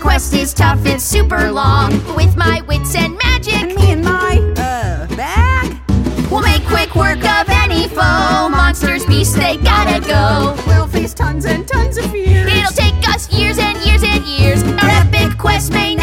quest is tough, it's super long. With my wits and magic, me and my, uh, bag? we'll make quick work of any foe. Monsters, beasts, they gotta go. We'll face tons and tons of fears. It'll take us years and years and years. Our epic quest may